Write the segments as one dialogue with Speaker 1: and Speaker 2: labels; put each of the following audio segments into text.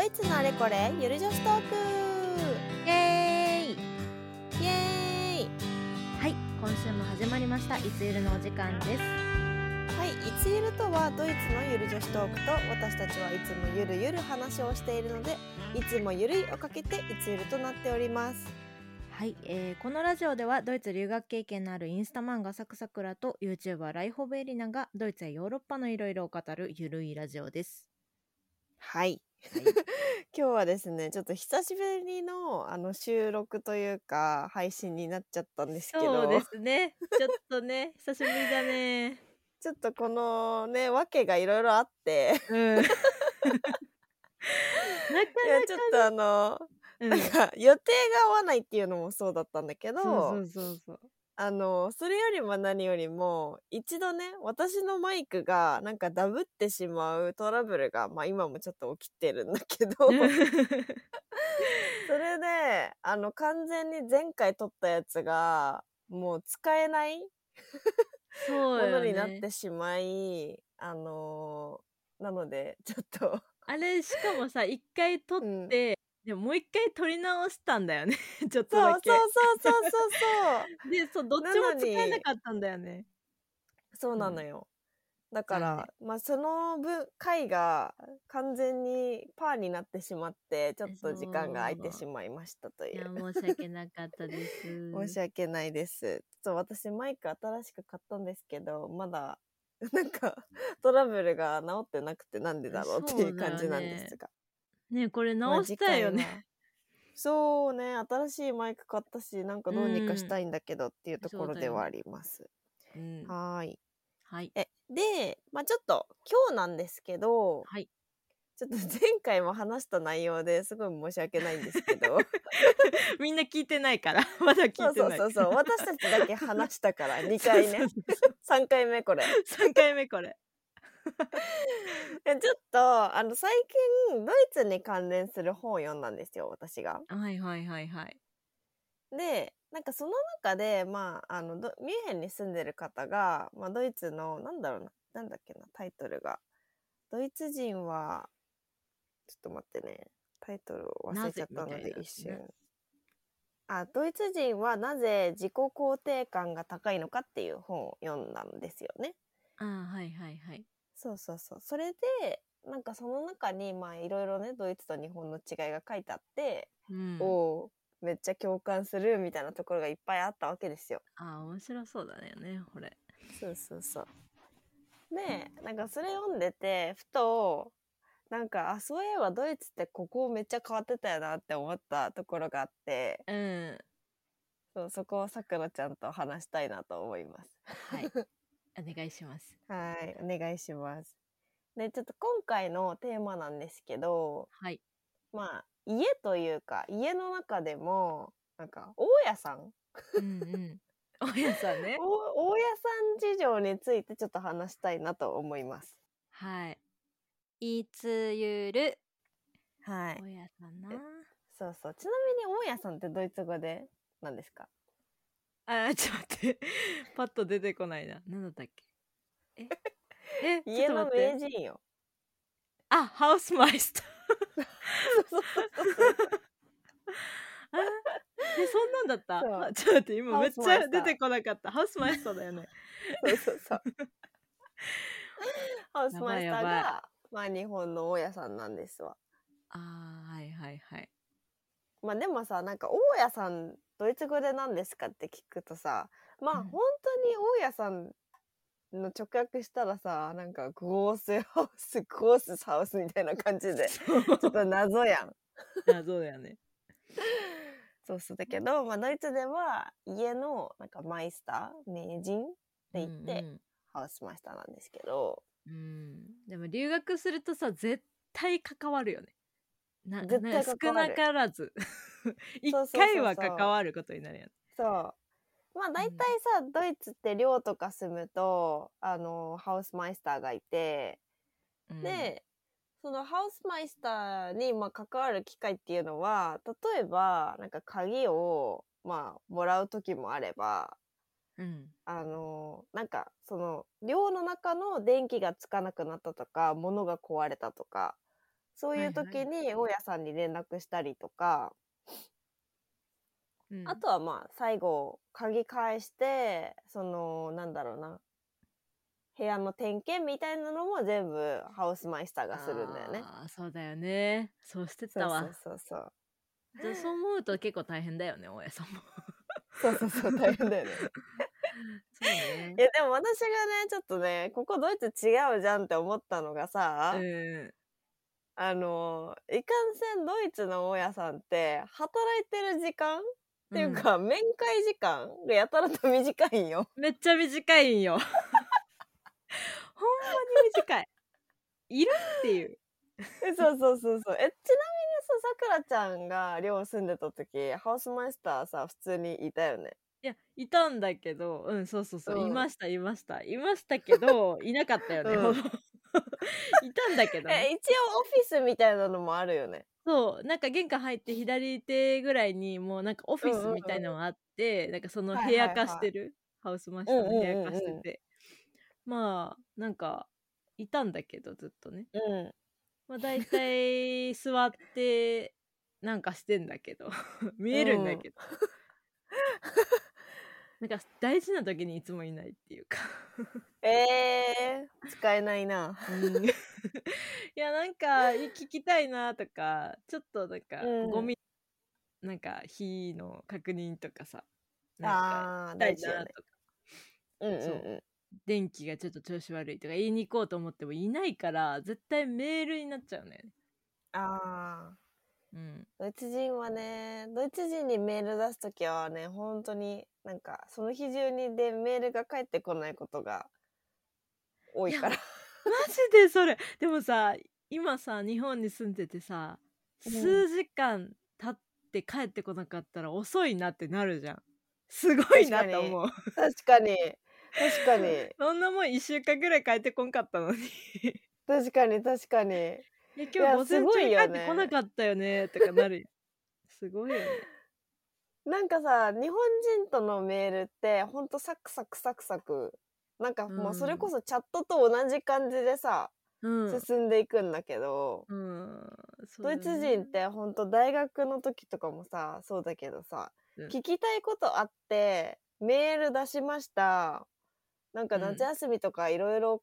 Speaker 1: 日のあれこれゆる女子トーク
Speaker 2: イエーイ
Speaker 1: イエーイ
Speaker 2: はい今週も始まりましたいつゆるのお時間です
Speaker 1: はい、いつゆるとはドイツのゆる女子トークと私たちはいつもゆるゆる話をしているのでいつもゆるいをかけていつゆるとなっております
Speaker 2: はい、えーこのラジオではドイツ留学経験のあるインスタ漫画サクサクラと YouTuber ライホベエリナがドイツやヨーロッパのいろいろを語るゆるいラジオです
Speaker 1: はい
Speaker 2: はい、
Speaker 1: 今日はですねちょっと久しぶりのあの収録というか配信になっちゃったんですけ
Speaker 2: そ
Speaker 1: ど
Speaker 2: うですね ちょっとね久しぶりだね
Speaker 1: ちょっとこのね訳がいろいろあって
Speaker 2: うんなか
Speaker 1: いやちょっとあの
Speaker 2: な
Speaker 1: なん
Speaker 2: か、
Speaker 1: か予定が合わないっていうのもそうだったんだけど
Speaker 2: うん、そうそうそうそう
Speaker 1: あのそれよりも何よりも一度ね私のマイクがなんかダブってしまうトラブルが、まあ、今もちょっと起きてるんだけどそ れであの完全に前回撮ったやつがもう使えないも
Speaker 2: そうよ
Speaker 1: の
Speaker 2: ね
Speaker 1: になってしまい、あのなのでちょっと
Speaker 2: あれしかもさ一回撮っ
Speaker 1: う
Speaker 2: て、
Speaker 1: ん
Speaker 2: でももう一回撮り直したんだよね ちょっと
Speaker 1: そうそ
Speaker 2: だ
Speaker 1: う
Speaker 2: け
Speaker 1: そうそうそうそう
Speaker 2: でそうどっち
Speaker 1: なの
Speaker 2: も使
Speaker 1: に
Speaker 2: えなかったんだよね
Speaker 1: そうなのよ。だから、まあ、その分、回が完全にパーになってしまって、ちょっと時間が空いてしまいましたと
Speaker 2: い
Speaker 1: い
Speaker 2: や
Speaker 1: う。
Speaker 2: 申し訳なかった です
Speaker 1: 申し訳ないです。ちょっと私、マイク新しく買ったんですけど、まだ、 なんか、トラブルが治ってなくてなんでだろうっていう感じなんですが。
Speaker 2: ねこれ
Speaker 1: まあ
Speaker 2: 直したいよ。
Speaker 1: 次
Speaker 2: ね、
Speaker 1: 回はそうね、新しいマイク買ったし、なんかどうにかしたいんだけどっていうところではあります。
Speaker 2: うん
Speaker 1: はーい。
Speaker 2: はい
Speaker 1: えで、まあ、ちょっと今日なんですけど、
Speaker 2: はい
Speaker 1: ちょっと前回も話した内容ですごい申し訳ないんですけ ど
Speaker 2: みんな聞いてないから まだ聞いて
Speaker 1: そ
Speaker 2: な
Speaker 1: う
Speaker 2: い
Speaker 1: そうそう そう私たちだけ話したから2回ね3回目これ
Speaker 2: 3回目これ
Speaker 1: えちょっとあの最近ドイツに関連する本を読んだんですよ私が。
Speaker 2: はいはいはいはい
Speaker 1: でなんかその中で、まあ、あのどミュンヘンに住んでる方が、まあ、ドイツのなんだろうななんだっけなタイトルがドイツ人はちょっと待ってねタイトルを忘れちゃったの
Speaker 2: なぜみた
Speaker 1: で
Speaker 2: いな
Speaker 1: 一瞬、
Speaker 2: ね
Speaker 1: あドイツ人はなぜ自己肯定感が高いのかっていう本を読んだんですよね
Speaker 2: あーはいはいはい
Speaker 1: そうそうそうそれでなんかその中にまあいろいろねドイツと日本の違いが書いてあって、
Speaker 2: うん
Speaker 1: おおーめっちゃ共感するみたいなところがいっぱいあったわけですよ
Speaker 2: あー面白そうだよねこれ
Speaker 1: そうそうそう。で、なんかそれ読んでて、ふと、なんか、あ、そういえばドイツってここめっちゃ変わってたよなって思ったところがあって、
Speaker 2: うん
Speaker 1: そうそこをさくらちゃんと話したいなと思います。
Speaker 2: はい。 お願いします。
Speaker 1: はい、お願いします。で、ちょっと今回のテーマなんですけど、
Speaker 2: はい。
Speaker 1: まあ、家というか、家の中でも、なんか、大家さん
Speaker 2: うんうん。 おやさんね。
Speaker 1: お大家さん事情についてちょっと話したいなと思います。
Speaker 2: はい。いつゆる。
Speaker 1: はい
Speaker 2: お。やさんな。
Speaker 1: そうそう。ちなみに、大家さんってドイツ語で何ですか
Speaker 2: あー、ちょっと待って。パッと出てこないな。なんだったっけ。え。え、ちょ
Speaker 1: 家
Speaker 2: っと
Speaker 1: の
Speaker 2: 待って
Speaker 1: 名。人 よ。
Speaker 2: あ、ハウスマイスター。あ え、そんなんだった。
Speaker 1: そう
Speaker 2: あちょっと待って、今
Speaker 1: ハ
Speaker 2: め
Speaker 1: ウ
Speaker 2: っ
Speaker 1: ス
Speaker 2: ち
Speaker 1: マイ
Speaker 2: ゃ
Speaker 1: スター
Speaker 2: 出てこなかった。ハウスマイスターだよ ね。
Speaker 1: そうそうそう。 ハウスマイスター
Speaker 2: やばいや
Speaker 1: が、まあ日本の大家さんなんですわ。
Speaker 2: あー、はいはいはい。
Speaker 1: まあでもさ、なんか大家さん、ドイツ語で何ですかって聞くとさ、まあ
Speaker 2: うん
Speaker 1: 本当に大家さんの直訳したらさ、なんかゴースハウス、ゴースハウスみたいな感じで、ちょっと謎やん。
Speaker 2: あ、そうだよね。
Speaker 1: そうそうだけど、まあドイツでは家のなんかマイスター、名人って言って、
Speaker 2: うんうん
Speaker 1: ハウスマイスターなんですけど、
Speaker 2: うん、でも留学するとさ絶対関わるよね。な
Speaker 1: 絶対関わ
Speaker 2: な
Speaker 1: る
Speaker 2: 少なからず 一
Speaker 1: そうそうそう
Speaker 2: 回は関わることになるよね。
Speaker 1: そう。まあ大体さ、ドイツって寮とか住むと、あの、ハウスマイスターがいて、
Speaker 2: うん、
Speaker 1: で、そのハウスマイスターに、まあ、関わる機会っていうのは、例えば、なんか鍵を、まあ、もらう時もあれば、
Speaker 2: うん、
Speaker 1: あの、なんか、その、寮の中の電気がつかなくなったとか、物が壊れたとか、そういう
Speaker 2: はいは
Speaker 1: 時に大家さんに連絡したりとか、
Speaker 2: うん
Speaker 1: あとはまあ最後鍵返してそのなんだろうな部屋の点検みたいなのも全部ハウスマイスターがするんだよね。
Speaker 2: あーそうだよねそうして
Speaker 1: そう
Speaker 2: たわ
Speaker 1: そうそう
Speaker 2: じゃあそう思うと結構大変だよね大家さ んも
Speaker 1: そうそうそうそう大変だ よね。
Speaker 2: そうね
Speaker 1: いやでも私がねちょっとねここドイツ違うじゃんって思ったのがさ、
Speaker 2: うん
Speaker 1: あのいかんせんドイツの大家さんって働いてる時間っていうか、面会時間がやたらと短いんよ。
Speaker 2: めっちゃ短いんよほんまに短いいるっていう
Speaker 1: えそうそうそうそう。え、ちなみにさ、さくらちゃんが寮住んでた時、ハウスマイスターさ、普通にいたよね。
Speaker 2: いやいたんだけどうんそうそうそう、
Speaker 1: うん
Speaker 2: いましたいましたいましたけどいなかったよね、
Speaker 1: うん
Speaker 2: ほぼ いたんだけどね、
Speaker 1: え、一応オフィスみたいなのもあるよね。
Speaker 2: そうなんか玄関入って左手ぐらいにもうなんかオフィ
Speaker 1: うんうん
Speaker 2: ス
Speaker 1: うん
Speaker 2: みたいのがあって、なんかその
Speaker 1: はいはい
Speaker 2: 部
Speaker 1: はい
Speaker 2: 屋化してる、ハウスマスターの部屋化してて、
Speaker 1: うんうんうん
Speaker 2: まあなんかいたんだけどずっとね
Speaker 1: うん。
Speaker 2: まあ大体座ってなんかしてんだけど 見えるんだけど、 なんか大事な時にいつもいないっていうか
Speaker 1: えー、使えないな。
Speaker 2: うんい やなんか聞きたい なとかちょっとなんか
Speaker 1: うん
Speaker 2: ゴミ、なんか火の確認とかさなんか
Speaker 1: ああー、
Speaker 2: した
Speaker 1: 大
Speaker 2: い
Speaker 1: 事よ
Speaker 2: な
Speaker 1: ね。
Speaker 2: とか
Speaker 1: うんうん
Speaker 2: そう
Speaker 1: う
Speaker 2: 電気がちょっと調子悪いとか言いに行こうと思ってもいないから絶対メールになっちゃうね、
Speaker 1: ん。ああ。
Speaker 2: うん、
Speaker 1: ドイツ人はね、ドイツ人にメール出す時はね、本当になんか、その日中にでメールが返ってこないことが多いから。
Speaker 2: マジでそれでもさ今さ日本に住んでてさ
Speaker 1: うん
Speaker 2: 数時間経って帰ってこなかったら遅いなってなるじゃんすごいなと思う
Speaker 1: 確かに。確かに。
Speaker 2: そんなもん1週間ぐらい帰ってこんかったのにい
Speaker 1: 確かに確かに
Speaker 2: や
Speaker 1: いや
Speaker 2: 今日午前
Speaker 1: すご
Speaker 2: 中
Speaker 1: い
Speaker 2: に帰
Speaker 1: よ
Speaker 2: っ
Speaker 1: ね
Speaker 2: てこなかったよねとかなるすごいよね
Speaker 1: なんかさ日本人とのメールってほんとサクサクサクサクなんかもうそれこそチャットと同じ感じでさ、
Speaker 2: うん、
Speaker 1: 進んでいくんだけど、
Speaker 2: うんそう
Speaker 1: ド
Speaker 2: だね
Speaker 1: イツ人ってほんと大学の時とかもさそうだけどさ、
Speaker 2: うん
Speaker 1: 聞きたいことあってメール出しましたなんか
Speaker 2: うん
Speaker 1: 夏休みとかいろいろ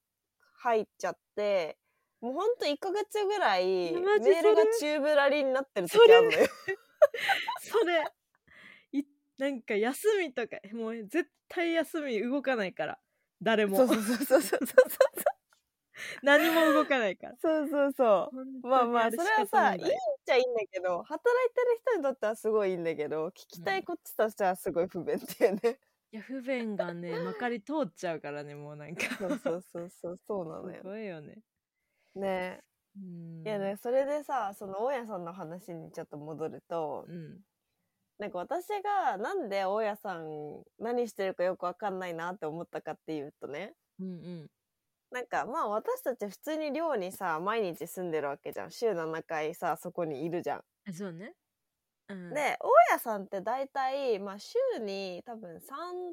Speaker 1: 入っちゃって、もうほんと1ヶ月ぐらいメー
Speaker 2: いや
Speaker 1: ル
Speaker 2: マジそれ
Speaker 1: がチューブラリになってる時
Speaker 2: それ
Speaker 1: あるのよ。
Speaker 2: それいなんか休みとかもう絶対休み動かないから誰も
Speaker 1: そうそうそうそうそう
Speaker 2: 何も動かないから
Speaker 1: そうそうそ
Speaker 2: 本当
Speaker 1: う。
Speaker 2: に
Speaker 1: まあまあ、そ
Speaker 2: れ
Speaker 1: れは
Speaker 2: 仕方
Speaker 1: さ、
Speaker 2: ない
Speaker 1: いっちゃいいんだけど、働いてる人にとってはすごいいいんだけど、聞きた
Speaker 2: う
Speaker 1: い
Speaker 2: ん
Speaker 1: こっちとしてはすごい不便っていうね。
Speaker 2: いや不便がね まかり通っちゃうからねもうなんか
Speaker 1: そうそうそうそう、そうなの
Speaker 2: す
Speaker 1: よ。
Speaker 2: ごいよね
Speaker 1: ね
Speaker 2: うん
Speaker 1: いやね、それでさ、その大家さんの話にちょっと戻ると、
Speaker 2: うん
Speaker 1: なんか私がなんで大家さん何してるかよくわかんないなって思ったかっていうとね、
Speaker 2: うんうん
Speaker 1: なんかまあ私たち普通に寮にさ、毎日住んでるわけじゃん。週7回さ、そこにいるじゃん。
Speaker 2: あそうねうん
Speaker 1: で大家さんって大体、まあ、週に多分3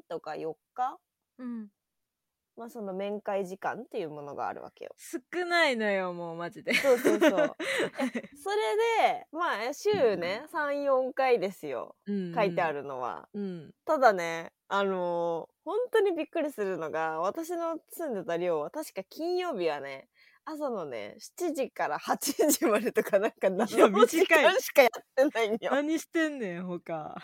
Speaker 1: とか4日、
Speaker 2: うん
Speaker 1: まあ、その面会時間っていうものがあるわけよ。
Speaker 2: 少ないのよもうマジで
Speaker 1: そうそう そう。それでまあえ週ね34回ですよ
Speaker 2: うん
Speaker 1: 書いてあるのは。
Speaker 2: うん
Speaker 1: ただねあのー本当にびっくりするのが私の住んでた寮は確か金曜日はね朝のね7時から8時までとかなんか
Speaker 2: いや
Speaker 1: 7
Speaker 2: 短い
Speaker 1: 時間しかやってないんよ。
Speaker 2: 何してんねん他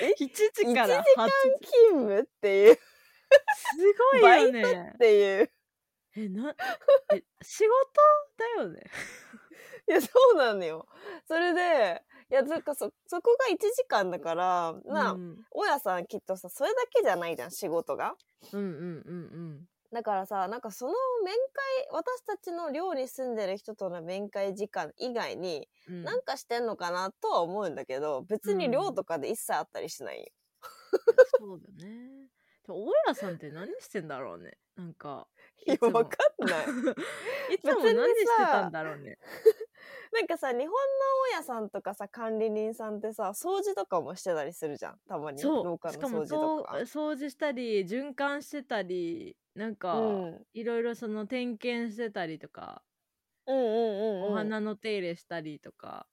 Speaker 1: え
Speaker 2: 7時から8
Speaker 1: 1
Speaker 2: 時
Speaker 1: 勤務っていうっ
Speaker 2: すごいよね
Speaker 1: ていう。
Speaker 2: えな え仕事だよね
Speaker 1: いやそうなのよそれでいやなんかそそこが1時間だからまあ、
Speaker 2: うん、
Speaker 1: 大家さんきっとさそれだけじゃないじゃん仕事が
Speaker 2: うんうんうん
Speaker 1: だからさなんかその面会私たちの寮に住んでる人との面会時間以外に
Speaker 2: うんうん
Speaker 1: なんかしてんのかなとは思うんだけど別に寮とかで一切あったりしないよ、
Speaker 2: そうだね。でも大家さんって何してんだろうね。なんか。
Speaker 1: いやわかん ない
Speaker 2: いつも
Speaker 1: 別にさ
Speaker 2: 何してたんだろうね。
Speaker 1: なんかさ日本の大家さんとかさ管理人さんってさ掃除とかもしてたりするじゃんたまに
Speaker 2: そ
Speaker 1: 廊
Speaker 2: う。
Speaker 1: 下
Speaker 2: し
Speaker 1: の
Speaker 2: かも
Speaker 1: 掃除
Speaker 2: そう
Speaker 1: とか。
Speaker 2: 掃除したり循環してたりなんか、
Speaker 1: うん
Speaker 2: いろいろその点検してたりとか
Speaker 1: うんうんうん、うん、
Speaker 2: お花の手入れしたりとか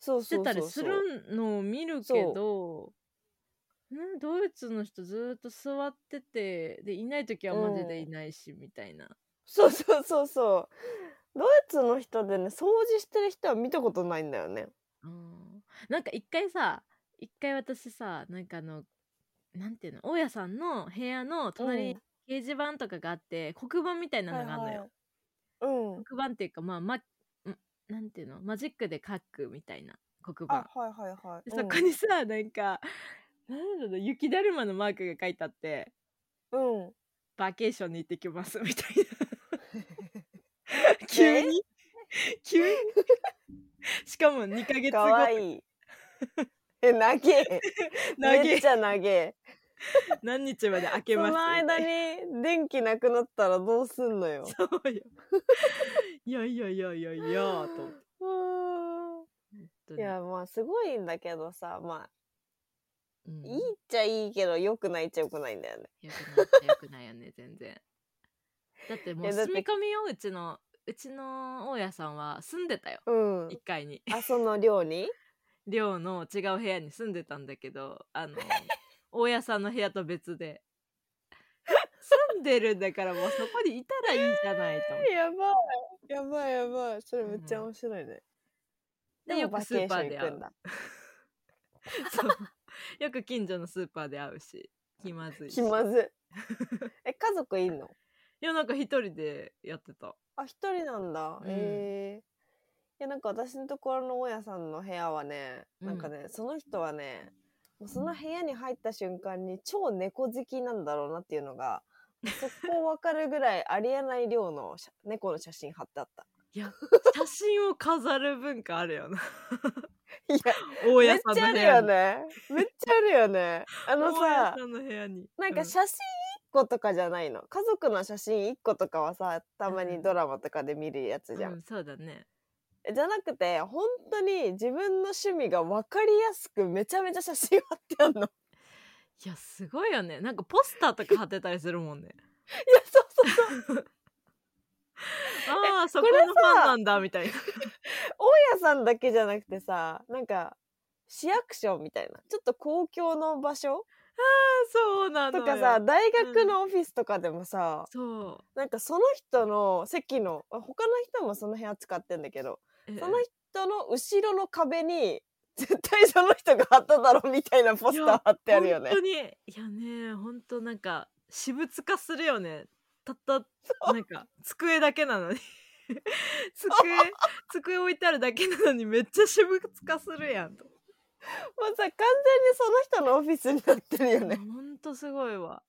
Speaker 1: そう
Speaker 2: して
Speaker 1: そうそ
Speaker 2: た
Speaker 1: う
Speaker 2: り
Speaker 1: そう
Speaker 2: するのを見るけどんドイツの人ずーっと座っててでいない時はマジでいないし、みたいな
Speaker 1: そうそうそうそうドイツの人でね掃除してる人は見たことないんだよね
Speaker 2: うんなんか一回さ一回私さなんかあのなんていうの大家さんの部屋の隣に
Speaker 1: うん
Speaker 2: 掲示板とかがあって、黒板みたいなのがあるのよ、
Speaker 1: はいはい、うん
Speaker 2: 黒板っていうかまあ、ま、んなんていうのマジックで書くみたいな黒
Speaker 1: あ
Speaker 2: 板
Speaker 1: はいはいはい
Speaker 2: でそこにさ、なんかなんだろう雪だるまのマークが書いてあって
Speaker 1: うん、うん、
Speaker 2: 「バケーションに行ってきます」みたいな急に急にしかも2ヶ月
Speaker 1: か
Speaker 2: 後
Speaker 1: わいいえ長え
Speaker 2: 投
Speaker 1: め
Speaker 2: げ
Speaker 1: っちゃ長え
Speaker 2: 何日まで開け
Speaker 1: そ
Speaker 2: ます
Speaker 1: の間に電気なくなったらどうすんのよ
Speaker 2: そうよ。いやいやいやいやいやと思って
Speaker 1: うーん
Speaker 2: 本当
Speaker 1: い
Speaker 2: に。
Speaker 1: やまあすごいんだけどさま
Speaker 2: うん
Speaker 1: あいいっちゃいいけど良くないっちゃ良くないんだよね
Speaker 2: よくないよくないよね全然。だっても
Speaker 1: いうやだっ
Speaker 2: 住
Speaker 1: て
Speaker 2: み込みようちのうちの大家さんは住んでたよ
Speaker 1: うん
Speaker 2: 一階に
Speaker 1: あその寮に
Speaker 2: 寮の違う部屋に住んでたんだけど あの大家さんの部屋と別で住んでるんだからもうそこにいたらいいじゃないと 思って。
Speaker 1: やばいやばいやばいそれめっちゃ面白いね、
Speaker 2: で
Speaker 1: で
Speaker 2: よ
Speaker 1: もバ
Speaker 2: く
Speaker 1: ケ
Speaker 2: スー
Speaker 1: ーシ
Speaker 2: パ
Speaker 1: ョ
Speaker 2: ー
Speaker 1: ン
Speaker 2: で
Speaker 1: 行
Speaker 2: 会
Speaker 1: く
Speaker 2: うん
Speaker 1: だ
Speaker 2: そうよく近所のスーパーで会うし気まずいし
Speaker 1: 気ま ずいえ家族いんの
Speaker 2: いやなんか一人でやってた。
Speaker 1: あ一人なんだ、
Speaker 2: うん
Speaker 1: へえいやなんか私のところの大家さんの部屋はね、なんかねその人はねもうその部屋に入った瞬間に超猫好きなんだろうなっていうのがもうそこわかるぐらいありえない量の写猫の写真貼ってあ った。
Speaker 2: いや写真を飾る文化あるよな
Speaker 1: いや
Speaker 2: 大
Speaker 1: め
Speaker 2: 家
Speaker 1: っ
Speaker 2: さん
Speaker 1: ちゃあ
Speaker 2: の部
Speaker 1: る
Speaker 2: 屋
Speaker 1: よ
Speaker 2: に、
Speaker 1: ねめっちゃあるよ ねあの
Speaker 2: 大家
Speaker 1: さ
Speaker 2: さんの部屋に
Speaker 1: なんか
Speaker 2: う
Speaker 1: 写真1個とかじゃないの家族の写真1個とかはさたま
Speaker 2: う
Speaker 1: に
Speaker 2: ん
Speaker 1: ドラマとかで見るやつじゃん、
Speaker 2: うんそうだね
Speaker 1: じゃなくて本当に自分の趣味が分かりやすくめちゃめちゃ写真貼ってあんの いや
Speaker 2: いやすごいよねなんかポスターとか貼ってたりする もんね
Speaker 1: そうそう
Speaker 2: ああそこ
Speaker 1: これさ
Speaker 2: のファンなんだみたいな
Speaker 1: 大家さんだけじゃなくてさなんか市役所みたいなちょっと公共の場所
Speaker 2: そうなの
Speaker 1: と
Speaker 2: よ
Speaker 1: かさ大学のオフィスとかでもさ、
Speaker 2: そう
Speaker 1: なんかその人の席のあ他の人もその部屋使ってんだけど
Speaker 2: え
Speaker 1: その人の後ろの壁に絶対その人が貼っただろうみたいなポスター貼ってあるよね
Speaker 2: 本。当にいやね本当なんか私物化するよねたったなんか机だけなのに 机机置いてあるだけなのにめっちゃ私物化するやんと
Speaker 1: もうさ完全にその人のオフィスになってるよね。
Speaker 2: ほんとすごいわ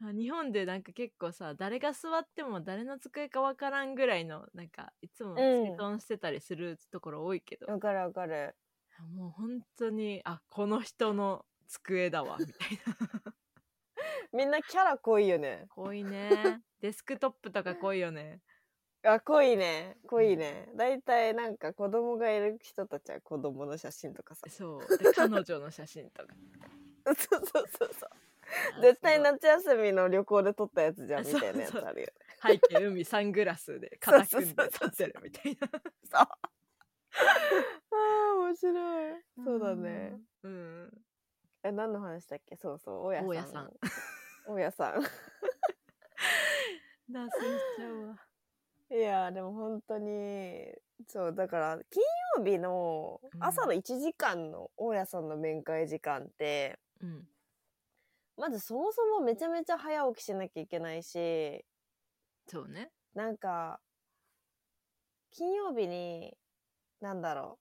Speaker 2: あ日本でなんか結構さ誰が座っても誰の机かわからんぐらいのなんかいつも
Speaker 1: うん
Speaker 2: 整頓してたりするところ多いけど、
Speaker 1: わかるわかる。
Speaker 2: もう本当にあこの人の机だわみたいな
Speaker 1: みんなキャラ濃いよね。
Speaker 2: 濃いねデスクトップとか濃いよね
Speaker 1: あ濃いね濃いね。だいたいなんか子供がいる人たちは子供の写真とかさ。
Speaker 2: そうで彼女の写真 とか
Speaker 1: そうそうそうそう。絶対
Speaker 2: な
Speaker 1: 夏休みの旅行で撮ったやつじゃんみたいなやつあるよね。
Speaker 2: 背景海サングラスで肩組んで立ってるみたいな
Speaker 1: そう。あ あ面白い。そうだね。
Speaker 2: うん
Speaker 1: え何の話だっけそうそう大家
Speaker 2: 大家
Speaker 1: さ
Speaker 2: さ
Speaker 1: ん
Speaker 2: ん。
Speaker 1: 大家さん。
Speaker 2: 脱線しちゃうわ
Speaker 1: いやーでも本当にそうだから金曜日の
Speaker 2: うん
Speaker 1: 朝の1時間の大家さんの面会時間って、
Speaker 2: うん
Speaker 1: まずそもそもめちゃめちゃ早起きしなきゃいけないし
Speaker 2: そうね
Speaker 1: なんか金曜日になんだろ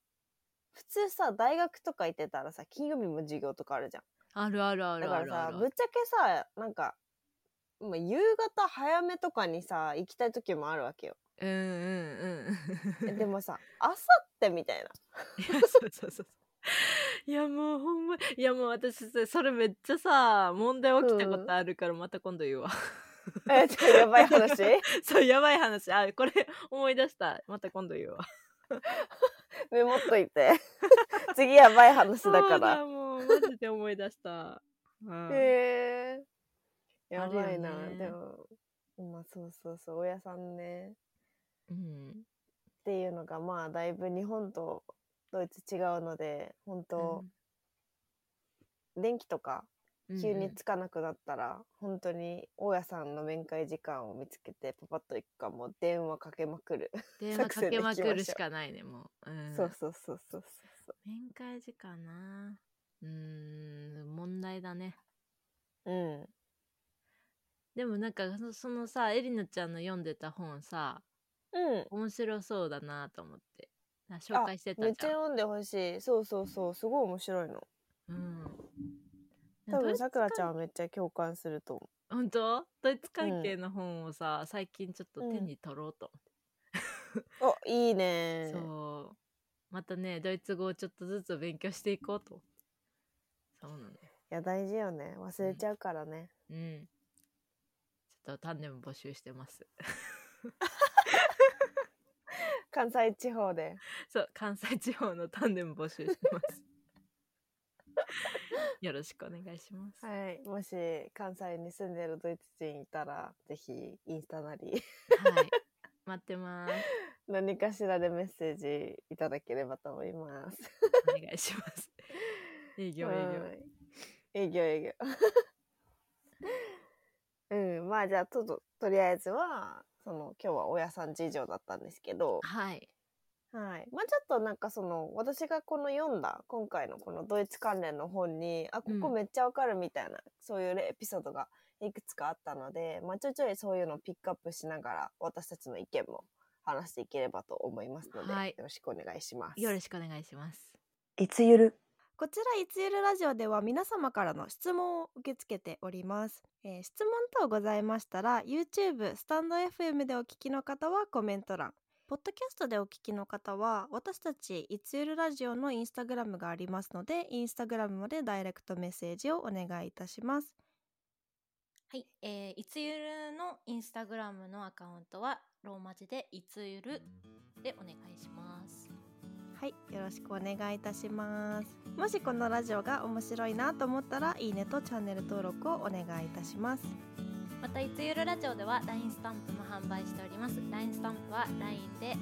Speaker 1: う普通さ大学とか行ってたらさ金曜日も授業とかあるじゃん。
Speaker 2: あるある
Speaker 1: だ
Speaker 2: ある
Speaker 1: か
Speaker 2: あ
Speaker 1: ら
Speaker 2: るあ
Speaker 1: さ
Speaker 2: る
Speaker 1: ぶっちゃけさなんかまあ夕方早めとかにさ行きたい時もあるわけよ。
Speaker 2: うんうんうん。
Speaker 1: でもさあさってみたいな。
Speaker 2: いやそうそうそう。いやもうほんまいやもう私さそれめっちゃさ問題起きたことあるからまた今度 言うわ、
Speaker 1: え、ちょ、やばい 話
Speaker 2: そうやばい話あこれ思い出したまた今度言うわ
Speaker 1: メモっといて。 次やばい話だ
Speaker 2: そ
Speaker 1: か
Speaker 2: うだ
Speaker 1: ら。
Speaker 2: もうマジで思い出した、うん
Speaker 1: へえやばいな
Speaker 2: あるよ、ね
Speaker 1: でも。まあそうそうそう、親さんね。
Speaker 2: うん
Speaker 1: っていうのがまあだいぶ日本とドイツ違うので本当、電気とか
Speaker 2: うん
Speaker 1: 急につかなくなったら、本当に大家さんの面会時間を見つけてパパッと行くかもう電話かけまくる、
Speaker 2: うん電話
Speaker 1: 作
Speaker 2: か
Speaker 1: 戦で
Speaker 2: け
Speaker 1: 行きま
Speaker 2: ま
Speaker 1: しょう
Speaker 2: くるしかないねもう、うん、
Speaker 1: そうそうそうそうそう
Speaker 2: 面会時間なうーん問題だね
Speaker 1: そううん
Speaker 2: でもなんかそそのさエリナちゃんの読んでた本さ
Speaker 1: うん
Speaker 2: 面白そうだなと思ってあ紹介して
Speaker 1: め
Speaker 2: た
Speaker 1: っち
Speaker 2: じ
Speaker 1: ゃ
Speaker 2: ゃん、
Speaker 1: 読んでほしいそうそうそうすごい面白いの
Speaker 2: うん、
Speaker 1: 多
Speaker 2: ドイ
Speaker 1: 分
Speaker 2: ツ
Speaker 1: さくらちゃんはめっちゃ共感すると思
Speaker 2: 本当ドイツ関係の本をさ、最近ちょっと手
Speaker 1: うん
Speaker 2: に取ろうと
Speaker 1: うおいい
Speaker 2: 思って、
Speaker 1: ね
Speaker 2: そうまたねドイツ語をちょっとずつ勉強していこうと思ってそうなのよ
Speaker 1: いや大事よね忘れちゃうからね、
Speaker 2: うんちょっと丹念募集してます
Speaker 1: 関西地方で
Speaker 2: そう、関西地方のタンデム募集して ます。よろしくお願いします。はい、
Speaker 1: はいもし関西に住んでるドイツ人いたらぜひインスタなり
Speaker 2: 待ってます。
Speaker 1: 何かしらでメッセージいただければと思います
Speaker 2: お願い します。営業営業。
Speaker 1: はい営業営業 うんまあじゃあとととりあえずはその今日は親さん事情だったんですけど
Speaker 2: はい。
Speaker 1: はいまあちょっとなんかその私がこの読んだ今回のこのドイツ関連の本にあここ
Speaker 2: うん
Speaker 1: めっちゃわかるみたいな、そういうエピソードがいくつかあったので、まあ、ちょいちょいそういうのをピックアップしながら私たちの意見も話していければと思いますので、
Speaker 2: はい
Speaker 1: よろしくお願いします。
Speaker 2: よろしくお願いします。
Speaker 1: いつゆるこちらいつゆるラジオでは皆様からの質問を受け付けております、えー質問等ございましたら YouTube スタンド FM でお聞きの方はコメント欄ポッドキャストでお聞きの方は私たちいつゆるラジオのインスタグラムがありますのでインスタグラムまでダイレクトメッセージをお願いいたします
Speaker 3: はい、えーいつゆるのインスタグラムのアカウントはローマ字でいつゆるでお願いします。
Speaker 1: はいよろしくお願いいたしますもしこのラジオが面白いなと思ったらいいねとチャンネル登録をお願いいたします
Speaker 3: またいつゆるラジオでは LINE スタンプも販売しております LINE スタンプは LINE で、え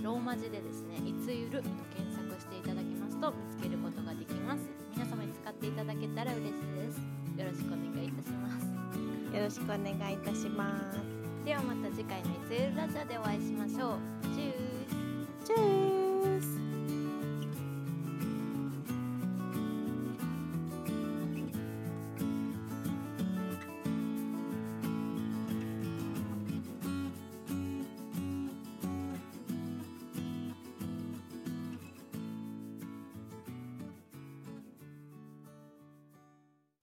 Speaker 3: ーローマ字でですねいつゆると検索していただきますと見つけることができます皆様に使っていただけたら嬉しいですよろしくお願いいたします
Speaker 1: よろしくお願いいたします
Speaker 3: ではまた次回のいつゆるラジオでお会いしましょうチュース
Speaker 1: チュー